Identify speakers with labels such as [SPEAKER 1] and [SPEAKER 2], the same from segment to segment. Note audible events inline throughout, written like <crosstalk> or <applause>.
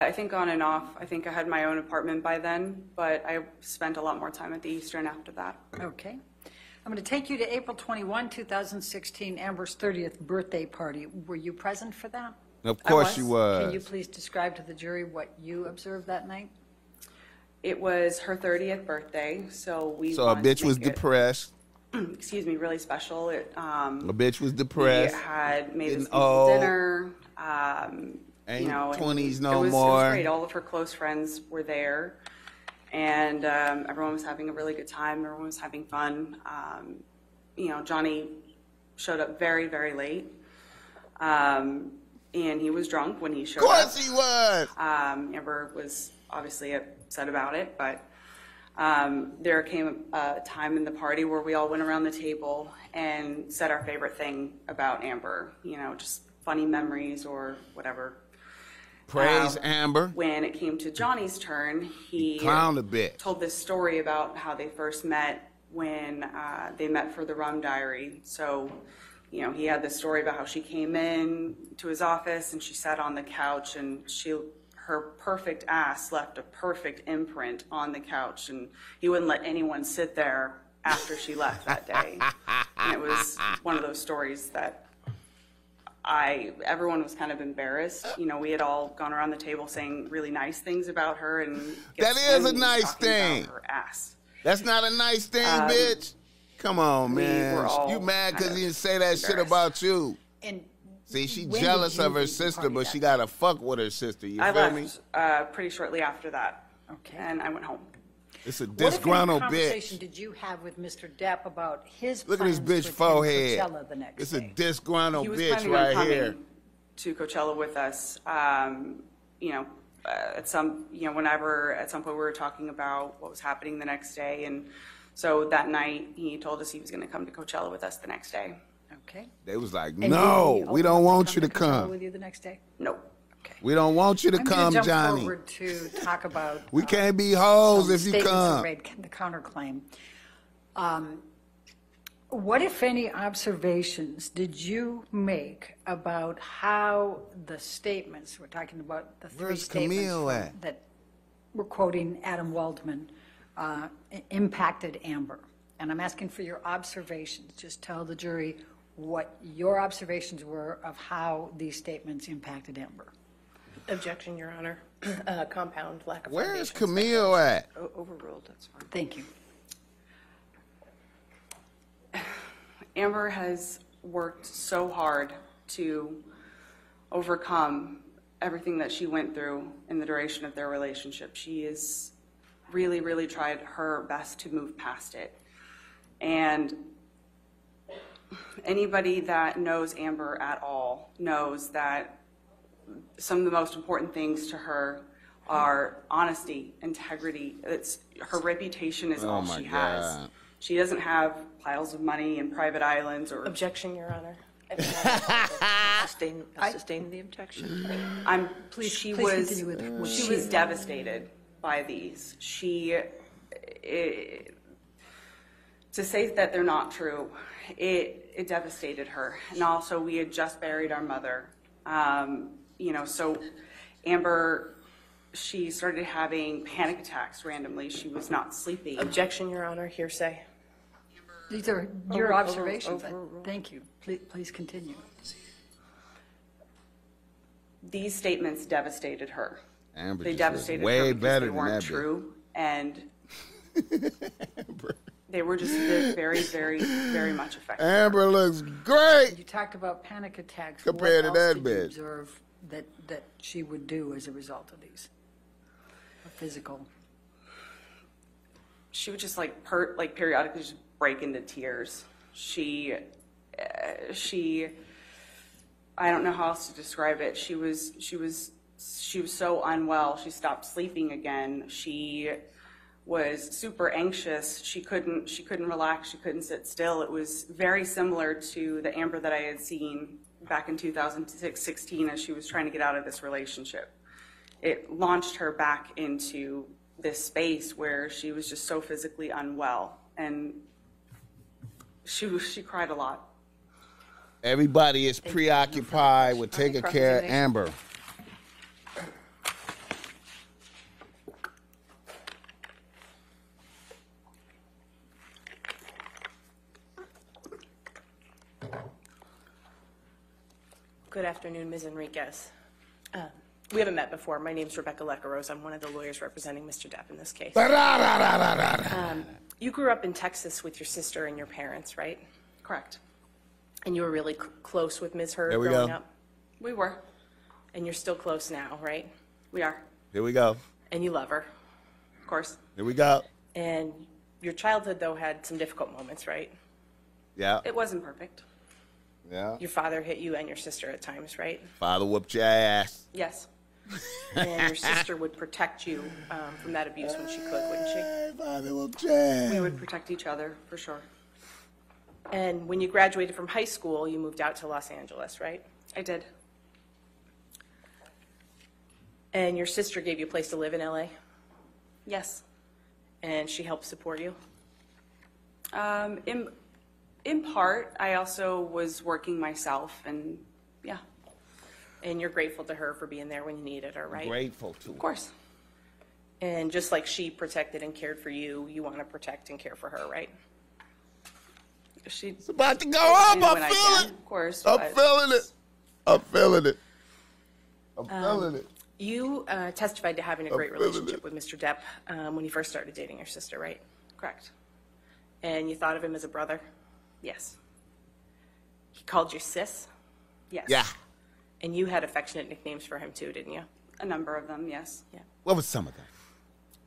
[SPEAKER 1] I think on and off. I think I had my own apartment by then, but I spent a lot more time at the Eastern after that.
[SPEAKER 2] Okay. I'm going to take you to April 21, 2016, Amber's 30th birthday party. Were you present for that?
[SPEAKER 3] Of
[SPEAKER 1] I
[SPEAKER 3] course
[SPEAKER 1] was.
[SPEAKER 3] you
[SPEAKER 2] Can you
[SPEAKER 3] was.
[SPEAKER 2] please describe to the jury what you observed that night?
[SPEAKER 1] It was her 30th birthday, so we.
[SPEAKER 3] So a
[SPEAKER 1] wanted to
[SPEAKER 3] bitch was
[SPEAKER 1] make it,
[SPEAKER 3] depressed.
[SPEAKER 1] Excuse me, really special. It, um,
[SPEAKER 3] A bitch was
[SPEAKER 1] we
[SPEAKER 3] depressed.
[SPEAKER 1] had made
[SPEAKER 3] Getting
[SPEAKER 1] this beautiful
[SPEAKER 3] old.
[SPEAKER 1] dinner. Um, you
[SPEAKER 3] Ain't
[SPEAKER 1] know, and
[SPEAKER 3] 20s
[SPEAKER 1] it
[SPEAKER 3] no
[SPEAKER 1] was, It was
[SPEAKER 3] more.
[SPEAKER 1] great. All of her close friends were there, and um, everyone was having a really good time. Everyone was having fun. Um, you know, Johnny showed up very, very late, um, and he was drunk when he showed
[SPEAKER 3] Of course
[SPEAKER 1] up.
[SPEAKER 3] he was.
[SPEAKER 1] Um, Amber was obviously upset about it, but um, there came a time in the party where we all went around the table and said our favorite thing about Amber, you know, just funny memories or whatever.
[SPEAKER 3] Praise
[SPEAKER 1] Um,
[SPEAKER 3] Amber.
[SPEAKER 1] When it came to Johnny's turn, he
[SPEAKER 3] Clown a bitch.
[SPEAKER 1] told this story about how they first met when uh, they met for the Rum Diary. So, you know, he had this story about how she came in to his office and she sat on the couch and she her perfect ass left a perfect imprint on the couch and he wouldn't let anyone sit there after she left that day. and it was one of those stories that I everyone was kind of embarrassed. You know, we had all gone around the table saying really nice things about her, and guess
[SPEAKER 3] That is
[SPEAKER 1] when
[SPEAKER 3] a
[SPEAKER 1] we
[SPEAKER 3] nice
[SPEAKER 1] talking
[SPEAKER 3] thing.
[SPEAKER 1] About her ass.
[SPEAKER 3] That's not a nice thing,
[SPEAKER 2] Um,
[SPEAKER 3] bitch. Come on,
[SPEAKER 1] we
[SPEAKER 3] man.
[SPEAKER 1] were all
[SPEAKER 3] you mad because
[SPEAKER 1] kind
[SPEAKER 3] he
[SPEAKER 1] of
[SPEAKER 3] didn't say that shit
[SPEAKER 1] embarrassed.
[SPEAKER 3] about you?
[SPEAKER 2] And
[SPEAKER 3] See, she
[SPEAKER 2] When did
[SPEAKER 3] jealous
[SPEAKER 2] you
[SPEAKER 3] of her
[SPEAKER 2] leave the
[SPEAKER 3] sister,
[SPEAKER 2] party
[SPEAKER 3] but
[SPEAKER 2] that
[SPEAKER 3] she gotta fuck with her sister. You
[SPEAKER 1] I
[SPEAKER 3] feel
[SPEAKER 1] left
[SPEAKER 3] me?
[SPEAKER 1] uh, pretty shortly after that,
[SPEAKER 2] Okay.
[SPEAKER 1] and I went home.
[SPEAKER 3] It's a
[SPEAKER 2] what, if any
[SPEAKER 3] disgruntled
[SPEAKER 2] conversation
[SPEAKER 3] bitch.
[SPEAKER 2] did you have with Mr. Depp about his
[SPEAKER 3] Look at this
[SPEAKER 2] plans
[SPEAKER 3] bitch
[SPEAKER 2] with
[SPEAKER 3] forehead.
[SPEAKER 2] Coachella the next
[SPEAKER 3] It's a
[SPEAKER 2] day?
[SPEAKER 3] disgruntled
[SPEAKER 1] he was
[SPEAKER 3] Oh, bitch
[SPEAKER 1] planning on
[SPEAKER 3] right
[SPEAKER 1] coming
[SPEAKER 3] here.
[SPEAKER 1] to Coachella with us. Um, you know, uh, at some you know whenever at some point we were talking about what was happening the next day, and so that night he told us he was going to come to Coachella with us the next day.
[SPEAKER 2] Okay.
[SPEAKER 3] They was like,
[SPEAKER 2] And did he
[SPEAKER 3] no, we
[SPEAKER 2] ultimately
[SPEAKER 3] don't want you to
[SPEAKER 2] Coachella
[SPEAKER 3] come.
[SPEAKER 2] With you the next day?
[SPEAKER 1] Nope.
[SPEAKER 3] We don't want you to
[SPEAKER 2] I'm going
[SPEAKER 3] come,
[SPEAKER 2] to jump
[SPEAKER 3] Johnny.
[SPEAKER 2] forward to talk about.
[SPEAKER 3] We
[SPEAKER 2] uh,
[SPEAKER 3] can't be hoes
[SPEAKER 2] some
[SPEAKER 3] if you
[SPEAKER 2] statements were
[SPEAKER 3] come.
[SPEAKER 2] made, the counterclaim. Um, What, if any, observations did you make about how the statements, we're talking about the three
[SPEAKER 3] Where's
[SPEAKER 2] statements
[SPEAKER 3] Camille
[SPEAKER 2] from-
[SPEAKER 3] at?
[SPEAKER 2] that were quoting Adam Waldman, uh, i- impacted Amber? And I'm asking for your observations. Just tell the jury what your observations were of how these statements impacted Amber.
[SPEAKER 4] Objection, Your Honor. <clears throat> Uh, Compound lack of
[SPEAKER 3] Where is
[SPEAKER 4] foundation.
[SPEAKER 3] Camille at?
[SPEAKER 4] O- Overruled, that's fine.
[SPEAKER 2] Thank you.
[SPEAKER 1] Amber has worked so hard to overcome everything that she went through in the duration of their relationship. She has really, really tried her best to move past it. And anybody that knows Amber at all knows that some of the most important things to her are honesty, integrity. It's her reputation is all
[SPEAKER 3] my
[SPEAKER 1] she has.
[SPEAKER 3] God.
[SPEAKER 1] She doesn't have piles of money and private islands or
[SPEAKER 4] Objection, Your
[SPEAKER 3] <laughs>
[SPEAKER 4] Honor.
[SPEAKER 5] Sustain, I sustain the
[SPEAKER 3] <clears throat>
[SPEAKER 5] objection.
[SPEAKER 1] I'm please she
[SPEAKER 2] please
[SPEAKER 1] was
[SPEAKER 2] continue with what
[SPEAKER 1] she
[SPEAKER 2] you
[SPEAKER 1] was devastated by these. She eh, to say that they're not true, it it devastated her. And also we had just buried our mother. Um, you know, so Amber she started having panic attacks randomly. She was not sleeping.
[SPEAKER 4] Objection, Your Honor, hearsay.
[SPEAKER 2] These are your
[SPEAKER 4] Overruled,
[SPEAKER 2] observations. I-
[SPEAKER 4] overruled.
[SPEAKER 2] Thank you. Please, please continue.
[SPEAKER 1] these statements devastated her.
[SPEAKER 3] Amber
[SPEAKER 1] they
[SPEAKER 3] just was
[SPEAKER 1] devastated
[SPEAKER 3] way
[SPEAKER 1] her because
[SPEAKER 3] better
[SPEAKER 1] they
[SPEAKER 3] than
[SPEAKER 1] weren't
[SPEAKER 3] that bitch.
[SPEAKER 1] true, and
[SPEAKER 3] <laughs>
[SPEAKER 1] they were just very, very, very much affected.
[SPEAKER 3] Amber looks great.
[SPEAKER 2] You talked about panic attacks.
[SPEAKER 3] Compared to
[SPEAKER 2] What else
[SPEAKER 3] that
[SPEAKER 2] did you
[SPEAKER 3] bitch.
[SPEAKER 2] observe that, that she would do as a result of these? A Physical,
[SPEAKER 1] she would just like per like periodically just break into tears. She, uh, she, I don't know how else to describe it. She was she was she was so unwell. She stopped sleeping again. She was super anxious. She couldn't she couldn't relax. She couldn't sit still. It was very similar to the Amber that I had seen back in 2016 as she was trying to get out of this relationship it launched her back into this space where she was just so physically unwell and she was she cried a lot
[SPEAKER 3] Everybody is preoccupied with taking care of Amber.
[SPEAKER 4] Good afternoon, Ms. Enriquez. Um, We haven't met before. My name's Rebecca Lecaros. I'm one of the lawyers representing Mr. Depp in this case.
[SPEAKER 3] Ba-da-da-da-da-da-da.
[SPEAKER 4] You grew up in Texas with your sister and your parents, right?
[SPEAKER 1] Correct.
[SPEAKER 4] And you were really c- close with Ms. Heard
[SPEAKER 3] There we
[SPEAKER 4] growing
[SPEAKER 3] go.
[SPEAKER 4] up?
[SPEAKER 1] We were,
[SPEAKER 4] And you're still close now, right?
[SPEAKER 1] we are,
[SPEAKER 3] Here we go.
[SPEAKER 4] And you love her.
[SPEAKER 1] of course.
[SPEAKER 3] Here we go.
[SPEAKER 4] And your childhood, though, had some difficult moments, right?
[SPEAKER 3] Yeah.
[SPEAKER 1] It wasn't perfect.
[SPEAKER 3] Yeah.
[SPEAKER 4] Your father hit you and your sister at times, right?
[SPEAKER 3] Father whooped your ass.
[SPEAKER 1] Yes,
[SPEAKER 4] <laughs> And your sister would protect you um, from that abuse when she could, wouldn't she?
[SPEAKER 3] Hey, Father whooped your ass.
[SPEAKER 1] we would protect each other, for sure.
[SPEAKER 4] And when you graduated from high school, you moved out to Los Angeles, right?
[SPEAKER 1] I did.
[SPEAKER 4] And your sister gave you a place to live in LA,
[SPEAKER 1] Yes.
[SPEAKER 4] and she helped support you.
[SPEAKER 1] Um, in, in part, I also was working myself and, yeah, of
[SPEAKER 4] And you're grateful to her for being there when you needed her, right?
[SPEAKER 3] Grateful to him.
[SPEAKER 1] course.
[SPEAKER 4] And just like she protected and cared for you, you want to protect and care for her, right?
[SPEAKER 1] She,
[SPEAKER 3] It's about to go up.
[SPEAKER 1] when
[SPEAKER 3] I'm
[SPEAKER 1] I can,
[SPEAKER 3] feeling
[SPEAKER 1] of course.
[SPEAKER 3] I'm
[SPEAKER 1] but-
[SPEAKER 3] feeling it. I'm feeling it. I'm
[SPEAKER 1] Um,
[SPEAKER 3] feeling it.
[SPEAKER 4] You uh, testified to having a great
[SPEAKER 3] feeling
[SPEAKER 4] relationship
[SPEAKER 3] it.
[SPEAKER 4] with Mr. Depp um, when you first started dating your sister, right?
[SPEAKER 1] Correct.
[SPEAKER 4] And you thought of him as a brother.
[SPEAKER 1] Yes.
[SPEAKER 4] He called you sis,
[SPEAKER 1] Yes.
[SPEAKER 3] Yeah.
[SPEAKER 4] and you had affectionate nicknames for him too, didn't you?
[SPEAKER 1] A number of them, yes.
[SPEAKER 3] What was some of them?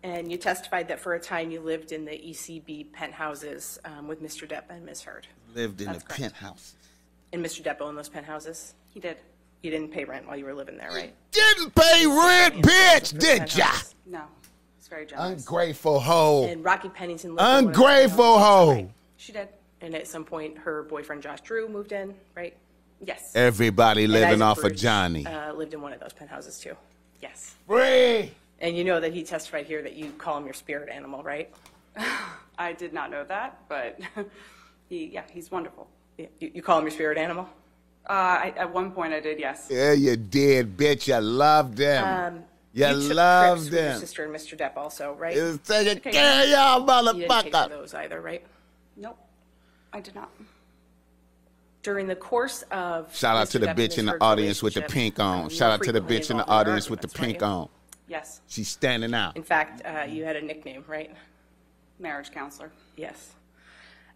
[SPEAKER 4] And you testified that for a time you lived in the ECB penthouses um, with Mr. Depp and Ms. Heard.
[SPEAKER 3] Lived in a penthouse.
[SPEAKER 4] And Mr. Depp owned those penthouses?
[SPEAKER 1] He did.
[SPEAKER 4] You didn't pay rent while you were living there, right?
[SPEAKER 3] Didn't pay
[SPEAKER 4] Mm.
[SPEAKER 3] rent, bitch, did ya?
[SPEAKER 4] Penthouses.
[SPEAKER 1] No. It's very generous.
[SPEAKER 3] Ungrateful hoe.
[SPEAKER 4] And Rocky Pennington lived in one of those
[SPEAKER 3] Ungrateful
[SPEAKER 4] penthouses,
[SPEAKER 3] hoe.
[SPEAKER 4] right?
[SPEAKER 1] She did.
[SPEAKER 4] And at some point, her boyfriend Josh Drew moved in, right?
[SPEAKER 1] Yes.
[SPEAKER 3] Everybody
[SPEAKER 4] And
[SPEAKER 3] living
[SPEAKER 4] Isaac
[SPEAKER 3] off of
[SPEAKER 4] Bruce,
[SPEAKER 3] Johnny.
[SPEAKER 4] Uh, lived in one of those penthouses too. Yes.
[SPEAKER 3] Free.
[SPEAKER 4] And you know that he testified here that you call him your spirit animal, right?
[SPEAKER 1] I did not know that, but <laughs> he, yeah, he's wonderful.
[SPEAKER 4] You, you call him your spirit animal?
[SPEAKER 1] Uh, I, at one point I did, yes.
[SPEAKER 3] Yeah, you did, bitch. You loved them. you
[SPEAKER 4] Um, took
[SPEAKER 3] loved
[SPEAKER 4] trips with your
[SPEAKER 3] them.
[SPEAKER 4] sister and Mr. Depp also, right?
[SPEAKER 3] It was taking care of y'all,
[SPEAKER 4] you didn't pay for
[SPEAKER 3] motherfucker.
[SPEAKER 4] those either, right?
[SPEAKER 1] Nope. I did not.
[SPEAKER 4] During the course of
[SPEAKER 3] Shout out to
[SPEAKER 4] Mr.
[SPEAKER 3] the
[SPEAKER 4] Depp and
[SPEAKER 3] bitch in
[SPEAKER 4] Ms.
[SPEAKER 3] the
[SPEAKER 4] Heard's
[SPEAKER 3] audience with the
[SPEAKER 4] relationship,
[SPEAKER 3] pink
[SPEAKER 4] um,
[SPEAKER 3] on.
[SPEAKER 4] you
[SPEAKER 3] Shout
[SPEAKER 4] were
[SPEAKER 3] out to the
[SPEAKER 4] frequently
[SPEAKER 3] bitch in the
[SPEAKER 4] involved their
[SPEAKER 3] audience with the
[SPEAKER 4] arguments,
[SPEAKER 3] pink
[SPEAKER 4] weren't you?
[SPEAKER 3] on.
[SPEAKER 1] Yes.
[SPEAKER 3] She's standing out.
[SPEAKER 4] In fact, uh, you had a nickname, right?
[SPEAKER 1] Marriage counselor.
[SPEAKER 4] Yes.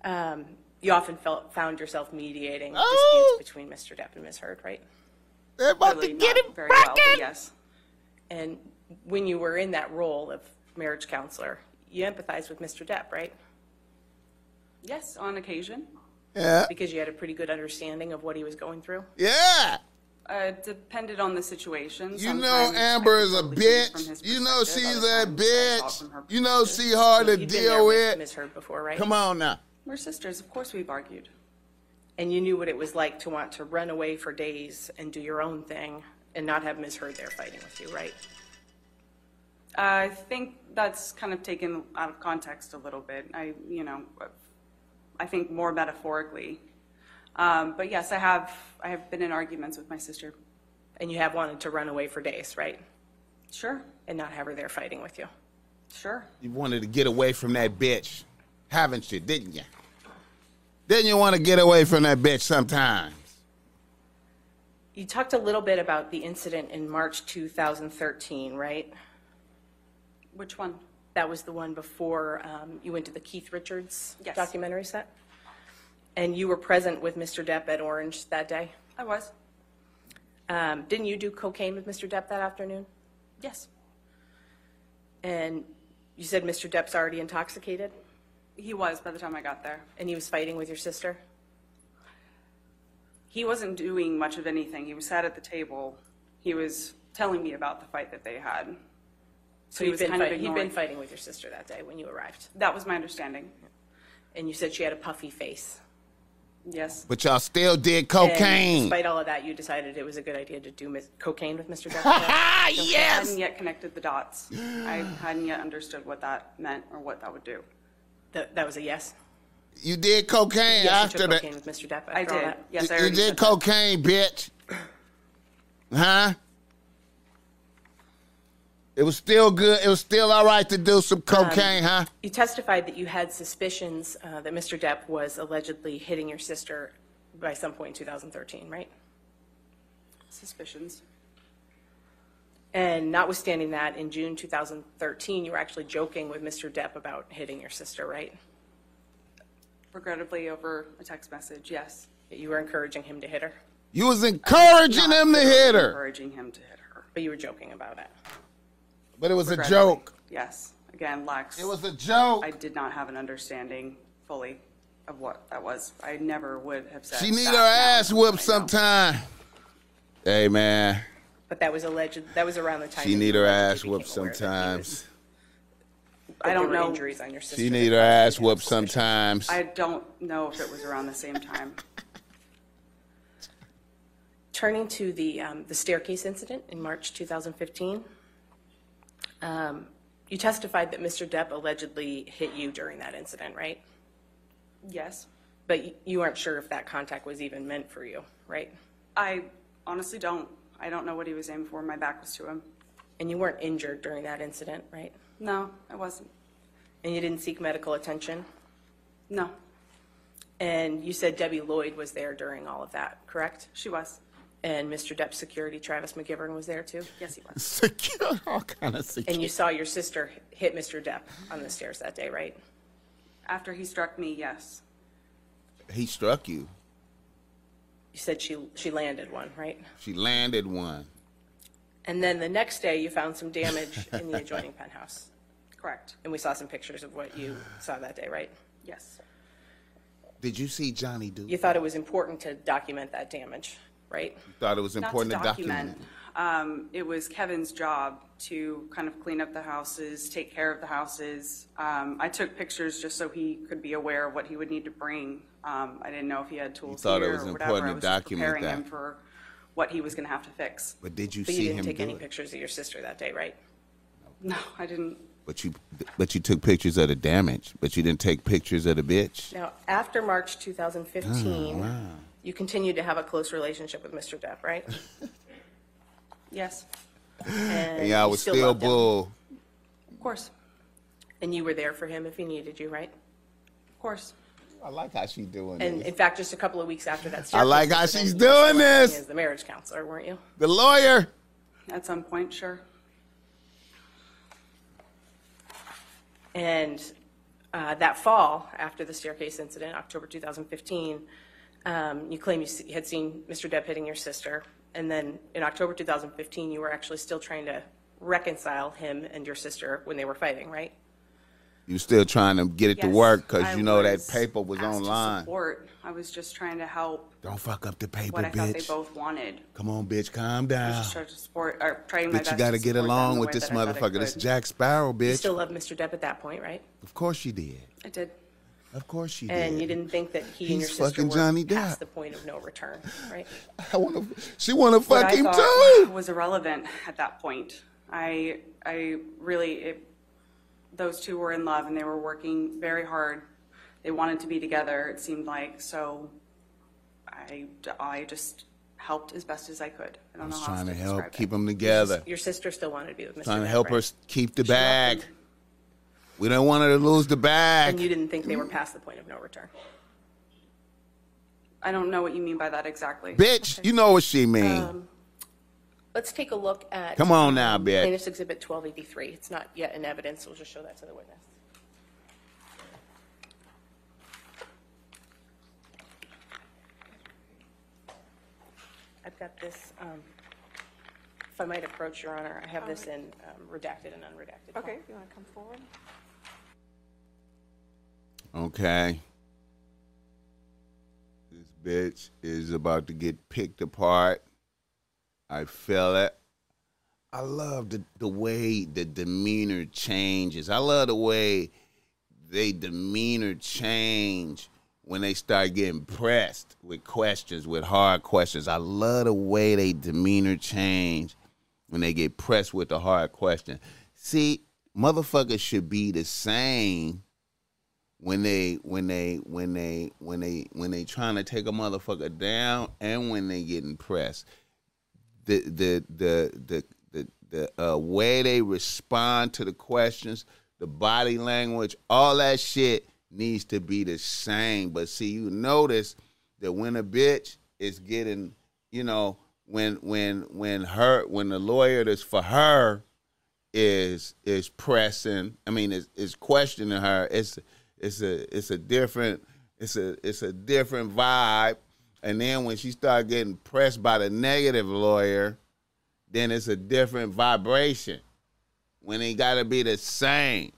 [SPEAKER 4] Um, you often felt found yourself mediating
[SPEAKER 3] Oh.
[SPEAKER 4] disputes between Mr. Depp and Ms. Heard, right?
[SPEAKER 3] They're about
[SPEAKER 1] Really
[SPEAKER 3] to
[SPEAKER 1] not
[SPEAKER 3] get him
[SPEAKER 1] very well, but
[SPEAKER 3] fucking.
[SPEAKER 1] yes.
[SPEAKER 4] And when you were in that role of marriage counselor, you empathized with Mr. Depp, right?
[SPEAKER 1] Yes, on occasion.
[SPEAKER 3] Yeah,
[SPEAKER 4] Because you had a pretty good understanding of what he was going through.
[SPEAKER 3] yeah.
[SPEAKER 1] Uh, depended on the situation.
[SPEAKER 3] You know
[SPEAKER 1] Sometimes I
[SPEAKER 3] Amber
[SPEAKER 1] could
[SPEAKER 3] is a
[SPEAKER 1] totally see it from his
[SPEAKER 3] bitch. You know
[SPEAKER 1] perspective.
[SPEAKER 3] she's
[SPEAKER 1] Other
[SPEAKER 3] a
[SPEAKER 1] times I saw from her
[SPEAKER 3] bitch. You know
[SPEAKER 1] perspective.
[SPEAKER 3] she hard to
[SPEAKER 4] You've been there
[SPEAKER 3] deal
[SPEAKER 4] with Ms.
[SPEAKER 3] with.
[SPEAKER 4] Heard before, right?
[SPEAKER 3] Come on now.
[SPEAKER 1] We're sisters. Of course we've argued.
[SPEAKER 4] And you knew what it was like to want to run away for days and do your own thing and not have Ms. Heard there fighting with you, right?
[SPEAKER 1] I think that's kind of taken out of context a little bit. I, you know, I think more metaphorically. Um, but yes, I have, I have been in arguments with my sister.
[SPEAKER 4] And you have wanted to run away for days, right?
[SPEAKER 1] Sure,
[SPEAKER 4] And not have her there fighting with you.
[SPEAKER 1] sure.
[SPEAKER 3] You wanted to get away from that bitch, haven't you? Didn't you? Didn't you want to get away from that bitch sometimes?
[SPEAKER 4] You talked a little bit about the incident in March 2013, right?
[SPEAKER 1] Which one?
[SPEAKER 4] That was the one before um, you went to the Keith Richards
[SPEAKER 1] Yes.
[SPEAKER 4] documentary set? And you were present with Mr. Depp at Orange that day?
[SPEAKER 1] I was.
[SPEAKER 4] Um, Didn't you do cocaine with Mr. Depp that afternoon?
[SPEAKER 1] Yes.
[SPEAKER 4] And you said Mr. Depp's already intoxicated?
[SPEAKER 1] He was by the time I got there.
[SPEAKER 4] And he was fighting with your sister?
[SPEAKER 1] He wasn't doing much of anything. He was sat at the table. He was telling me about the fight that they had. He
[SPEAKER 4] So you'd
[SPEAKER 1] was
[SPEAKER 4] been
[SPEAKER 1] kind of
[SPEAKER 4] fight- He'd
[SPEAKER 1] ignoring-
[SPEAKER 4] been fighting with your sister that day when you arrived?
[SPEAKER 1] That was my understanding.
[SPEAKER 4] And you said she had a puffy face?
[SPEAKER 1] Yes.
[SPEAKER 3] But y'all still did
[SPEAKER 4] And
[SPEAKER 3] cocaine.
[SPEAKER 4] Despite all of that, you decided it was a good idea to do mis- cocaine with
[SPEAKER 3] <laughs>
[SPEAKER 4] Mr. Depp?
[SPEAKER 3] Ah,
[SPEAKER 1] I
[SPEAKER 3] yes.
[SPEAKER 1] hadn't yet connected the dots. I hadn't yet understood what that meant or what that would do.
[SPEAKER 4] That that was a yes?
[SPEAKER 3] You did cocaine
[SPEAKER 4] Yes, you
[SPEAKER 3] after
[SPEAKER 4] took
[SPEAKER 3] that.
[SPEAKER 4] cocaine with Mr. Depp
[SPEAKER 1] I
[SPEAKER 4] after all
[SPEAKER 1] did.
[SPEAKER 4] that?
[SPEAKER 1] Yes, I
[SPEAKER 3] you
[SPEAKER 1] already
[SPEAKER 3] did
[SPEAKER 1] said
[SPEAKER 3] cocaine, bitch. Huh? It was still good. It was still all right to do
[SPEAKER 1] Um,
[SPEAKER 3] some cocaine, huh?
[SPEAKER 4] You testified that you had suspicions uh, that Mr. Depp was allegedly hitting your sister by some point in 2013, right?
[SPEAKER 1] suspicions.
[SPEAKER 4] And notwithstanding that, in June 2013, you were actually joking with Mr. Depp about hitting your sister, right?
[SPEAKER 1] Regrettably, over a text message, yes,
[SPEAKER 4] That you were encouraging him to hit her,
[SPEAKER 3] You was encouraging him to hit her,
[SPEAKER 1] encouraging him to hit her.
[SPEAKER 4] but you were joking about it.
[SPEAKER 3] but it was a
[SPEAKER 1] Regrettably,
[SPEAKER 3] joke.
[SPEAKER 1] Yes, again, Lex.
[SPEAKER 3] It was a joke.
[SPEAKER 1] I did not have an understanding fully of what that was. I never would have said.
[SPEAKER 3] She need
[SPEAKER 1] that
[SPEAKER 3] her
[SPEAKER 1] now.
[SPEAKER 3] ass whipped
[SPEAKER 1] I know.
[SPEAKER 3] sometime. Hey man,
[SPEAKER 4] But that was alleged, that was around the time.
[SPEAKER 3] she
[SPEAKER 4] that
[SPEAKER 3] need
[SPEAKER 4] you
[SPEAKER 3] her ass
[SPEAKER 4] allegedly
[SPEAKER 3] whipped
[SPEAKER 4] became aware that he
[SPEAKER 3] sometimes.
[SPEAKER 4] was- that
[SPEAKER 1] I
[SPEAKER 4] there
[SPEAKER 1] don't
[SPEAKER 4] were
[SPEAKER 1] know.
[SPEAKER 4] Injuries on your sister.
[SPEAKER 3] She
[SPEAKER 4] that
[SPEAKER 3] need her
[SPEAKER 4] caused
[SPEAKER 3] ass
[SPEAKER 4] you to have
[SPEAKER 3] whipped
[SPEAKER 4] suspicion.
[SPEAKER 3] sometimes.
[SPEAKER 1] I don't know if it was around the same time.
[SPEAKER 4] Turning to the, um, the staircase incident in March 2015, um, you testified that Mr. Depp allegedly hit you during that incident, right?
[SPEAKER 1] Yes,
[SPEAKER 4] But y- you aren't sure if that contact was even meant for you, right?
[SPEAKER 1] I honestly don't. I don't know what he was aiming for. My back was to him.
[SPEAKER 4] And you weren't injured during that incident, right?
[SPEAKER 1] No, I wasn't.
[SPEAKER 4] And you didn't seek medical attention?
[SPEAKER 1] No,
[SPEAKER 4] And you said Debbie Lloyd was there during all of that, correct?
[SPEAKER 1] she was.
[SPEAKER 4] And Mr. Depp's security, Travis McGivern, was there too?
[SPEAKER 1] Yes, he was.
[SPEAKER 3] <laughs> secure, all kind of secure.
[SPEAKER 4] And you saw your sister hit Mr. Depp on the stairs that day, right?
[SPEAKER 1] After he struck me, yes.
[SPEAKER 3] He struck you.
[SPEAKER 4] You said she, she landed one, right?
[SPEAKER 3] She landed one.
[SPEAKER 4] And then the next day, you found some damage in the adjoining <laughs> penthouse.
[SPEAKER 1] Correct.
[SPEAKER 4] And we saw some pictures of what you saw that day, right?
[SPEAKER 1] Yes.
[SPEAKER 3] Did you see Johnny do?
[SPEAKER 4] You thought it was important to document that damage, right?
[SPEAKER 3] thought it was
[SPEAKER 1] Not to
[SPEAKER 3] important to document.
[SPEAKER 1] document.
[SPEAKER 3] it.
[SPEAKER 1] Um, it was Kevin's job to kind of clean up the houses, take care of the houses. Um, I took pictures just so he could be aware of what he would need to bring. Um, I didn't know if he had tools
[SPEAKER 3] thought it
[SPEAKER 1] here
[SPEAKER 3] was
[SPEAKER 1] or whatever. I
[SPEAKER 3] important
[SPEAKER 1] was
[SPEAKER 3] to
[SPEAKER 1] just
[SPEAKER 3] document
[SPEAKER 1] preparing
[SPEAKER 3] that.
[SPEAKER 1] him for what he was going to have to fix.
[SPEAKER 3] But did you
[SPEAKER 4] But you
[SPEAKER 3] see
[SPEAKER 4] didn't
[SPEAKER 3] him
[SPEAKER 4] take
[SPEAKER 3] do
[SPEAKER 4] any
[SPEAKER 3] it?
[SPEAKER 4] pictures of your sister that day, right?
[SPEAKER 1] No, I didn't.
[SPEAKER 3] But you, but you took pictures of the damage. But you didn't take pictures of the bitch.
[SPEAKER 4] Now, after March
[SPEAKER 3] Oh,
[SPEAKER 4] 2015, you continued to have a close relationship with Mr.
[SPEAKER 3] <laughs>
[SPEAKER 4] Depp, right?
[SPEAKER 1] Yes,
[SPEAKER 4] And
[SPEAKER 3] And y'all
[SPEAKER 4] you
[SPEAKER 3] was still
[SPEAKER 4] loved him.
[SPEAKER 3] bull.
[SPEAKER 1] of course,
[SPEAKER 4] And you were there for him if he needed you, right?
[SPEAKER 1] of course.
[SPEAKER 3] I like how she doing
[SPEAKER 4] And
[SPEAKER 3] this.
[SPEAKER 4] in fact, just a couple of weeks after that.
[SPEAKER 3] I like
[SPEAKER 4] staircase
[SPEAKER 3] how
[SPEAKER 4] incident,
[SPEAKER 3] she's
[SPEAKER 4] you were
[SPEAKER 3] doing
[SPEAKER 4] working
[SPEAKER 3] this.
[SPEAKER 4] As the marriage counselor, weren't you?
[SPEAKER 3] The lawyer.
[SPEAKER 1] At some point, sure.
[SPEAKER 4] And uh, that fall, after the staircase incident, October 2015, um, you claim you se- had seen Mr. Depp hitting your sister. And then in October 2015, you were actually still trying to reconcile him and your sister when they were fighting, right?
[SPEAKER 3] You still trying to get it to
[SPEAKER 1] Yes,
[SPEAKER 3] work because
[SPEAKER 1] I
[SPEAKER 3] you know
[SPEAKER 1] was
[SPEAKER 3] that paper was
[SPEAKER 1] asked to
[SPEAKER 3] online.
[SPEAKER 1] Support. I was just trying to help
[SPEAKER 3] Don't fuck up the paper,
[SPEAKER 1] what I thought they
[SPEAKER 3] bitch.
[SPEAKER 1] both wanted.
[SPEAKER 3] Come on, bitch. Calm
[SPEAKER 1] I
[SPEAKER 3] down.
[SPEAKER 1] was just trying to support, or trying my best
[SPEAKER 3] Bitch,
[SPEAKER 1] to
[SPEAKER 3] you got to get
[SPEAKER 1] support them
[SPEAKER 3] along
[SPEAKER 1] the
[SPEAKER 3] with
[SPEAKER 1] way
[SPEAKER 3] this
[SPEAKER 1] that I thought I
[SPEAKER 3] motherfucker. This
[SPEAKER 1] could.
[SPEAKER 3] Jack Sparrow,
[SPEAKER 4] You
[SPEAKER 3] bitch.
[SPEAKER 4] still loved Mr. Depp at that point, right?
[SPEAKER 3] of course you did.
[SPEAKER 1] I did.
[SPEAKER 3] Of course you did. <laughs>
[SPEAKER 4] And you didn't think that he and your
[SPEAKER 3] He's
[SPEAKER 4] sister
[SPEAKER 3] fucking
[SPEAKER 4] were
[SPEAKER 3] Johnny
[SPEAKER 4] past
[SPEAKER 3] Depp.
[SPEAKER 4] the point of no return, right?
[SPEAKER 3] I wanna, she want to
[SPEAKER 1] What
[SPEAKER 3] fuck
[SPEAKER 1] I
[SPEAKER 3] him
[SPEAKER 1] thought
[SPEAKER 3] too.
[SPEAKER 1] Was irrelevant at that point. I, I really, it, those two were in love and they were working very hard. They wanted to be together, it seemed like, so I, I just helped as best as I could. I don't know
[SPEAKER 3] I was
[SPEAKER 1] how else
[SPEAKER 3] trying
[SPEAKER 1] to
[SPEAKER 3] to help
[SPEAKER 1] describe
[SPEAKER 3] keep
[SPEAKER 1] it.
[SPEAKER 3] them together.
[SPEAKER 4] Your sister still wanted to be with Mr.
[SPEAKER 3] Trying to
[SPEAKER 4] Depp,
[SPEAKER 3] help her
[SPEAKER 4] right?
[SPEAKER 3] keep the bag. We don't want her to lose the
[SPEAKER 4] And you
[SPEAKER 3] bag.
[SPEAKER 4] didn't think they were past the point of no return.
[SPEAKER 1] I don't know what you mean by that exactly.
[SPEAKER 3] Bitch, you know what she
[SPEAKER 1] Um,
[SPEAKER 3] mean.
[SPEAKER 4] Let's take a look at.
[SPEAKER 3] Come on now, bitch.
[SPEAKER 4] Plaintiff's Exhibit 1283. It's not yet in evidence, we'll just show that to the witness. I've got this, um, if I might approach, Your Honor, I have this in um, redacted and unredacted.
[SPEAKER 5] Okay, if you want to come forward.
[SPEAKER 3] Okay. This bitch is about to get picked apart. I feel it. I love the, the way the demeanor changes. I love the way they demeanor change when they start getting pressed with questions, with hard questions. I love the way they demeanor change when they get pressed with the hard question. See, motherfuckers should be the same when they when they when they when they when they trying to take a motherfucker down and when they getting pressed the the the the the, the uh, way they respond to the questions the body language all that shit needs to be the same but see you notice that when a bitch is getting you know when when when her when the lawyer that's for her is is pressing i mean is, is questioning her it's it's a it's a different it's a it's a different vibe and then when she start getting pressed by the negative lawyer then it's a different vibration when it gotta be the same